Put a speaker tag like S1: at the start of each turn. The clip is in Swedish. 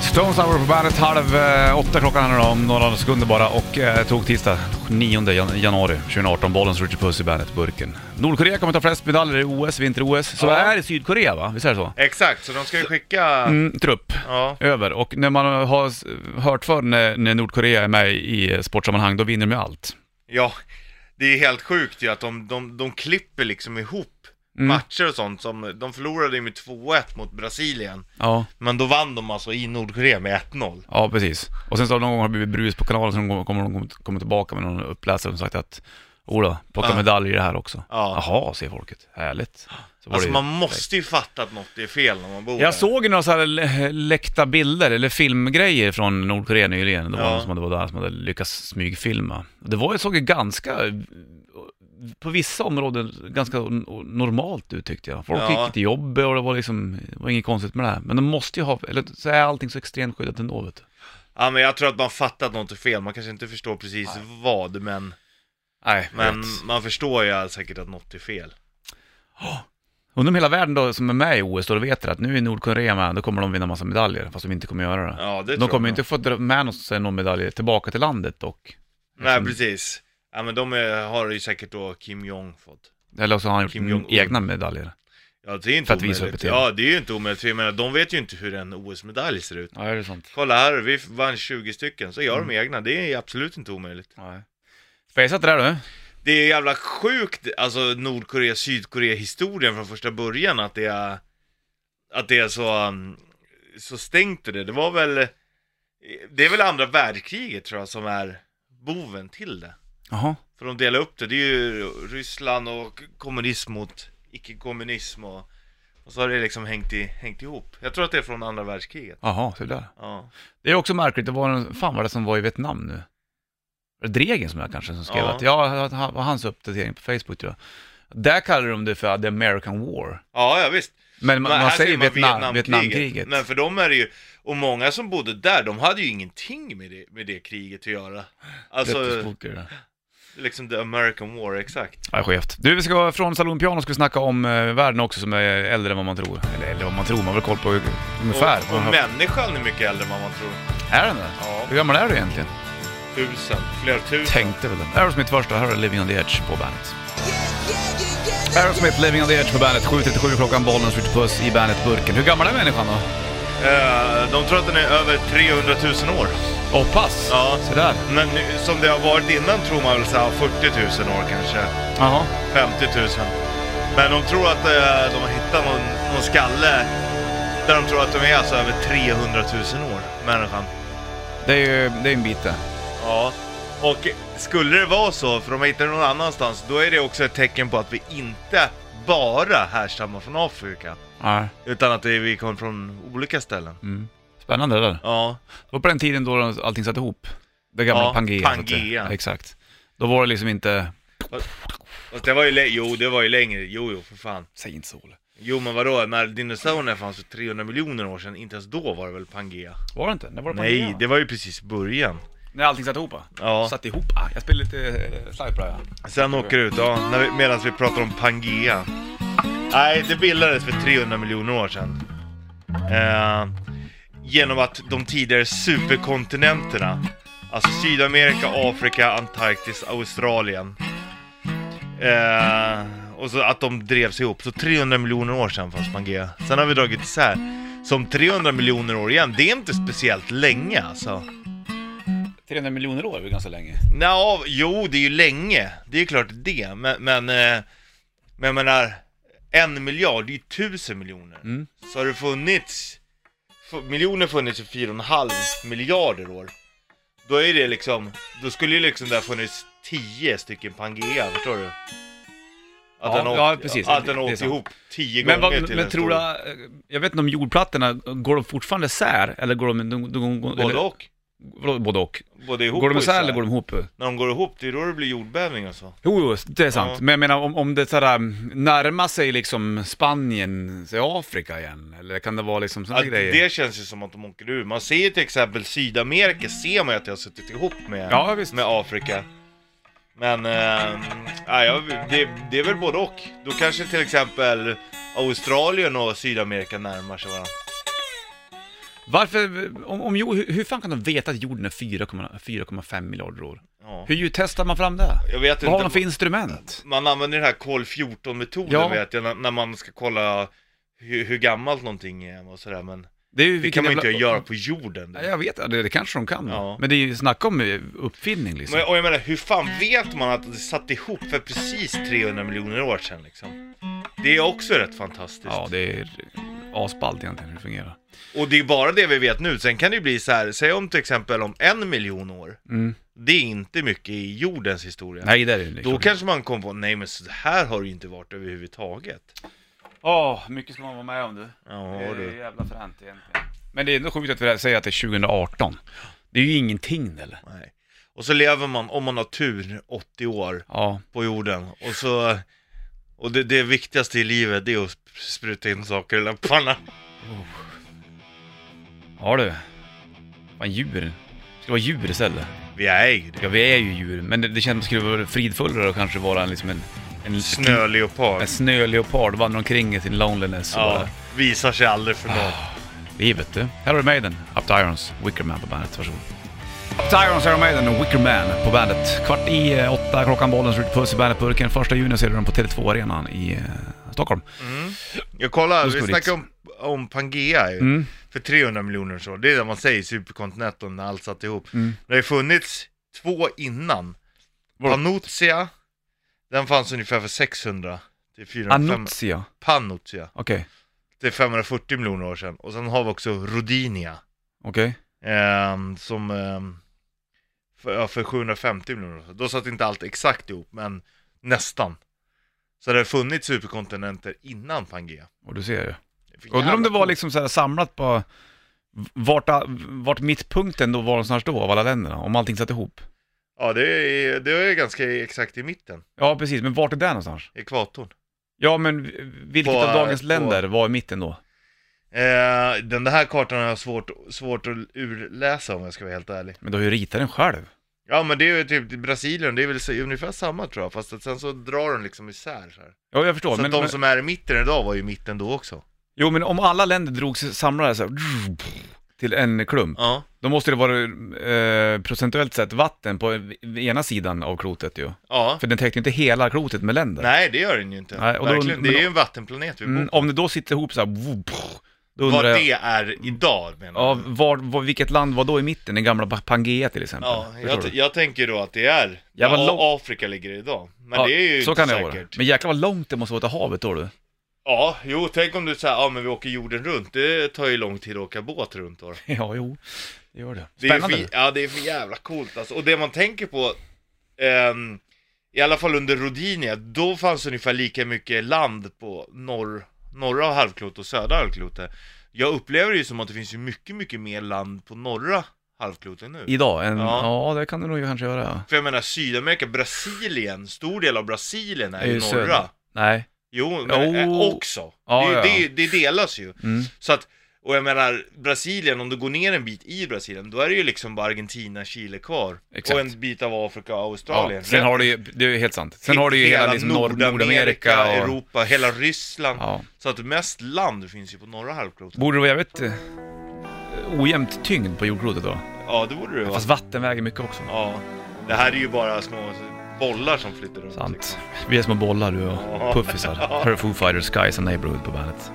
S1: Stones Hour på bandet, halv eh, åtta klockan handlar det om några sekunder bara och eh, tog tisdag 9 jan- januari 2018. Bollens Richard Puss i bandet, burken. Nordkorea kommer ta flest medaljer i OS, vinter-OS. Så
S2: Ja.
S1: är det Sydkorea va? Visst är det så?
S2: Exakt, så de ska ju skicka...
S1: Mm, trupp.
S2: Ja.
S1: Över. Och när man har s- hört förr när, när Nordkorea är med i eh, sportsammanhang, då vinner de ju allt.
S2: ja, det är helt sjukt ju att de, de, de klipper liksom ihop matcher och sånt som... De förlorade ju med 2-1 mot Brasilien,
S1: Ja.
S2: men då vann de alltså i Nordkorea med 1-0.
S1: Ja, precis. Och sen så har det någon gång blivit brus på kanalen, så de kommer- kommer de kommer tillbaka med någon uppläsare som sagt att Ola, plocka
S2: Ja.
S1: medalj i det här också.
S2: Ja.
S1: Jaha, säger folket. Härligt. Så var
S2: Alltså
S1: det-
S2: man måste ju fatta att något är fel när man bor där.
S1: Jag såg ju några så här lä- läckta bilder, eller filmgrejer från Nordkorea nyligen. Det var
S2: Ja.
S1: någon som hade varit där som hade lyckats smygfilma. Det var, jag såg ju ganska, på vissa områden, ganska n- normalt ut tyckte jag. Folk
S2: Ja.
S1: gick till jobbet och det var liksom, det var inget konstigt med det här. Men de måste ju ha, eller så är allting så extremt skyddat ändå vet du.
S2: Ja men jag tror att man fattar att något är fel, man kanske inte förstår precis vad, men...
S1: Nej,
S2: Men
S1: rätt.
S2: man förstår ju säkert att något är fel.
S1: Undrar om hela världen då som är med i OS då vet att nu är Nordkorea med, då kommer de vinna massa medaljer, fast de inte kommer göra det.
S2: Ja, det tror
S1: de
S2: jag
S1: kommer
S2: nog.
S1: inte få dra med någon, sig någon medalj tillbaka till landet dock.
S2: Nej precis. Ja men de är, har ju säkert då Kim Jong fått.
S1: Eller så har han gjort
S2: Kim Jong-Un.
S1: egna medaljer.
S2: Ja det är inte
S1: För att visa upp
S2: omöjligt.
S1: ett till.
S2: Ja det är ju inte omöjligt, för jag menar de vet ju inte hur en OS-medalj ser ut.
S1: Ja, är det sant?
S2: Kolla här, vi vann 20 stycken, så gör
S1: Mm.
S2: de egna, det är absolut inte omöjligt.
S1: Nej. Spejsat det där du.
S2: Det är jävla sjukt, alltså Nordkorea, Sydkorea-historien från första början, att det är, att det är så, um, så stängt och det. Det var väl, det är väl andra världskriget tror jag som är boven till det.
S1: Jaha.
S2: För de delar upp det, det är ju Ryssland och kommunism mot icke-kommunism och, och så har det liksom hängt, i, hängt ihop. Jag tror att det är från andra världskriget.
S1: Jaha, så där.
S2: Ja.
S1: Det är också märkligt, det var en, fan var det som var i Vietnam nu? Var det Dregen som jag kanske som skrev
S2: Ja.
S1: att, ja, det var hans uppdatering på Facebook tror jag. Där kallar de det för the American War.
S2: ja, ja visst.
S1: Men man,
S2: Men
S1: man
S2: här
S1: säger
S2: man
S1: Vietnam, Vietnamkriget.
S2: Men för dem är det ju, och många som bodde där, de hade ju ingenting med det, med det kriget att göra. Alltså,
S1: Jättespoker det där.
S2: liksom the American War, exakt.
S1: Ja, skevt. Du, vi ska gå från Saloon Piano ska vi snacka om eh, världen också som är äldre än vad man tror. Eller äldre än vad man tror, man har väl koll på ungefär.
S2: Och, och människan är mycket äldre än vad man tror.
S1: är den det?
S2: Ja.
S1: Hur gammal är du egentligen?
S2: Tusen, flera tusen.
S1: Tänkte väl det. Aerosmith först, och här är Living on the Edge på bandet.
S3: Aerosmith.
S1: Aerosmith, Living on the Edge på bandet. 7.37 klockan, bollen skjuter puss i bandet-burken. Hur gammal är människan då?
S2: Eh, de tror att den är över 300 000 år.
S1: Åh, pass!
S2: Ja.
S1: Se där.
S2: Men nu, som det har varit innan tror man väl så här 40 000 år kanske,
S1: Jaha.
S2: 50 000. Men de tror att eh, de har hittat någon, någon skalle där de tror att de är alltså över 300 000 år, människan.
S1: Det är ju det är en bit det.
S2: Ja. Och skulle det vara så, för de har hittat det någon annanstans, då är det också ett tecken på att vi inte bara härstammar från Afrika.
S1: Ja.
S2: Utan att det- vi kommer från olika ställen.
S1: Spännande det där.
S2: Ja,
S1: Det var på den tiden då allting satt ihop. Det gamla
S2: Ja,
S1: Pangea. så att det-
S2: Pangea.
S1: Exakt. Då var det liksom inte...
S2: och det var ju, lä- jo det var ju längre, jo jo för fan.
S1: Säg inte så Olle.
S2: Jo men vadå, när dinosaurierna fanns för 300 miljoner år sedan, inte ens då var det väl Pangea?
S1: Var det inte? När var det Pangea?
S2: Nej, det var ju precis början.
S1: När allting satt ihop? va?
S2: Ja.
S1: Satt ihop? Ah, jag spelar lite eh, slide på det här.
S2: Sen åker det ut, ja, när vi, medan vi pratar om Pangea. Nej, det bildades för 300 miljoner år sedan. Eh, genom att de tidigare superkontinenterna, alltså Sydamerika, Afrika, Antarktis, Australien. Eh, och så att de drevs ihop, så 300 miljoner år sedan fanns Pangea. Sen har vi dragit isär. Som 300 miljoner år igen, det är inte speciellt länge alltså.
S1: 300 miljoner år är väl ganska länge?
S2: Nå, jo det är ju länge, det är ju klart det, men, men, eh, men jag menar, en miljard, det är ju tusen miljoner.
S1: Mm.
S2: Så har det funnits, fu- miljoner funnits i fyra och en halv miljarder år. Då är det liksom, då skulle ju liksom det ha funnits tio stycken Pangea, E, förstår du? Att
S1: Ja,
S2: den har
S1: ja,
S2: åkt-
S1: precis.
S2: Att
S1: Det-
S2: den
S1: det är
S2: åkt
S1: sant.
S2: ihop tio
S1: Men,
S2: gånger
S1: vad,
S2: till
S1: men
S2: en
S1: tror
S2: stor-
S1: du, eh, jag vet inte om jordplattorna, går de fortfarande isär? Eller går de... de, de, de
S2: Både
S1: eller,
S2: och,
S1: Vadå, både och.
S2: både ihop
S1: Går de
S2: och
S1: isär eller går de ihop?
S2: När de går ihop, det är då det blir jordbävning alltså. och så.
S1: Jo, jo, det är sant.
S2: Ja.
S1: Men jag menar om, om det sådär, närmar sig liksom Spanien, säg Afrika igen? Eller kan det vara liksom sådana
S2: Att
S1: grejer?
S2: det känns ju som att de åker ur. Man ser ju till exempel Sydamerika ser man ju att det har suttit ihop med,
S1: Ja, visst.
S2: med Afrika. Men, eh, ja, jag- det, det är väl både och. Då kanske till exempel Australien och Sydamerika närmar sig varandra.
S1: Varför, om, om, jo- hur, hur fan kan de veta att jorden är 4,0 4,5 miljarder år?
S2: Ja.
S1: Hur ju testar man fram det?
S2: Jag vet
S1: Vad har
S2: inte.
S1: de för instrument?
S2: Man använder den här kol 14 metoden
S1: Ja.
S2: vet jag, när- när man ska kolla hur, hur gammalt någonting är och sådär men
S1: Det, är ju
S2: det
S1: vilken
S2: kan man ju inte
S1: jävla-
S2: göra på jorden.
S1: Nej, Jag vet det, det kanske de kan.
S2: Ja.
S1: Men det är ju snacka om eh, uppfinning liksom.
S2: Men, och jag menar, hur fan vet man att det satt ihop för precis 300 miljoner år sedan liksom? Det är också rätt fantastiskt.
S1: Ja, det är asballt egentligen hur det fungerar.
S2: Och det är bara det vi vet nu, sen kan det ju bli så här, säg om till exempel om en miljon år,
S1: Mm.
S2: det är inte mycket i jordens historia.
S1: Nej, det är det ju
S2: Då
S1: liksom.
S2: kanske man kom på, nej men så här har det ju inte varit överhuvudtaget.
S1: Åh, mycket ska man vara med om du.
S2: Ja du.
S1: jävla fränt egentligen. Men det är ändå sjukt att vi säger att det är 2018. Det är ju ingenting eller?
S2: Nej. Och så lever man, om man har tur, 80 år
S1: Ja.
S2: på jorden. Och så, och det, det viktigaste i livet det är att sp- spruta in saker i läpparna.
S1: Ja du. Fan djur. Ska det vara djur istället?
S2: Vi är ju det.
S1: Ja vi är ju djur, men det, det känns som det skulle vara fridfullare och kanske vara en, liksom en... En,
S2: Snöleopard.
S1: en snöleopard vandrar omkring i sin loneliness och bara...
S2: Ja, visar sig aldrig för någon.
S1: Livet du. Här har du Maiden, Up to Irons, Wicker Man på bandet. Varsågod. Up to Irons, Iron Maiden och Wicker Man på bandet. Kvart i eh, åtta, klockan bollen slår ut puss i bandet-burken. Första juni ser du den på Tele2-arenan i eh, Stockholm.
S2: Jag kollar,
S1: Nu ska
S2: Mm. vi
S1: vi
S2: snackade om, om Pangea ju.
S1: Mm.
S2: För 300 miljoner så. Det är det man säger, superkontinenten, när allt satt ihop. Det har ju funnits två innan.
S1: Vadå?
S2: Panotia, den fanns ungefär för 600. till 405
S1: Anotia,
S2: Panotia,
S1: okej.
S2: det är 540 miljoner år sedan. Och sen har vi också Rodinia,
S1: Okej.
S2: ehm, som ehm, för, ja, för 750 miljoner år sedan. Då satt inte allt exakt ihop, men nästan. Så det har funnits superkontinenter innan Pangea.
S1: Och du ser ju.
S2: Det är för
S1: Undrar om
S2: jävla
S1: det var
S2: coolt.
S1: liksom så här samlat på vart, vart mittpunkten då var någonstans då av alla länderna, om allting satt ihop.
S2: Ja, det är, det är ganska exakt i mitten,
S1: Ja precis, men vart är det någonstans?
S2: ekvatorn.
S1: Ja men vilket
S2: På, eh,
S1: av dagens
S2: på-
S1: länder var i mitten då?
S2: Eh, den där här kartan har jag svårt, svårt att urläsa om jag ska vara helt ärlig.
S1: Men du har ju ritat den själv.
S2: Ja, men det är ju typ Brasilien, det är väl så, ungefär samma tror jag, fast att sen så drar de liksom isär så här.
S1: Ja jag förstår.
S2: så
S1: men,
S2: att de
S1: men,
S2: som är i mitten idag var ju i mitten då också.
S1: Jo men om alla länder drogs samlade så här, till en klump,
S2: Ja,
S1: då måste det vara eh, procentuellt sett vatten på ena sidan av klotet ju.
S2: ja.
S1: För den täckte ju inte hela klotet med länder.
S2: Nej, det gör den ju inte.
S1: Nej, och då-
S2: Verkligen,
S1: men
S2: det är
S1: då-
S2: ju en vattenplanet vi bor
S1: Mm,
S2: på.
S1: om det då sitter ihop så här, då
S2: Vad
S1: undrar jag...
S2: det är idag menar
S1: Ja, var, var, vilket land var då i mitten? Den gamla Pa- Pangea till exempel?
S2: Ja,
S1: Förstår
S2: jag,
S1: du?
S2: t- jag tänker då att det är,
S1: Jag var
S2: ja,
S1: lång-
S2: Afrika ligger idag. Men
S1: Ja,
S2: det är ju
S1: så
S2: inte
S1: kan
S2: säkert.
S1: det vara. Men jäklar vad långt det måste vara till havet då du.
S2: Ja, jo, tänk om du säger ja men vi åker jorden runt, det tar ju lång tid att åka båt runt då.
S1: Ja, jo. Det gör det.
S2: Det är
S1: Spännande.
S2: för, ja, det är för jävla coolt alltså. Och det man tänker på, ehm, i alla fall under Rodinia, då fanns ungefär lika mycket land på norr, norra halvklotet och södra halvklotet. Jag upplever det ju som att det finns ju mycket, mycket mer land på norra halvklotet nu.
S1: Idag? En, ja.
S2: Ja.
S1: det kan du nog kanske göra. ja.
S2: För jag menar Sydamerika, Brasilien, stor del av Brasilien är
S1: Det är
S2: ju
S1: ju
S2: norra.
S1: söder. Nej.
S2: Jo, men eh,
S1: Jo.
S2: också.
S1: Ja,
S2: det,
S1: ja, ja.
S2: Det, det delas ju.
S1: Mm.
S2: Så att, och jag menar, Brasilien, om du går ner en bit i Brasilien, då är det ju liksom bara Argentina, Chile kvar.
S1: Exakt.
S2: Och en bit av Afrika och
S1: Ja,
S2: Australien.
S1: sen har du ju, det är helt sant. Sen har du ju hela liksom Nord- Nordamerika och...
S2: Europa, hela Ryssland.
S1: Ja.
S2: Så att mest land finns ju på norra halvklotet.
S1: Borde det vara jävligt eh, ojämnt tyngd på jordklotet då?
S2: Ja, det borde det vara.
S1: Fast vatten väger mycket också.
S2: Ja. Det här är ju bara små bollar som flyter runt.
S1: Sant.
S2: liksom.
S1: Vi är små bollar du och puffisar. Här är Foo Fighters, Skies and Neighborhood på bandet.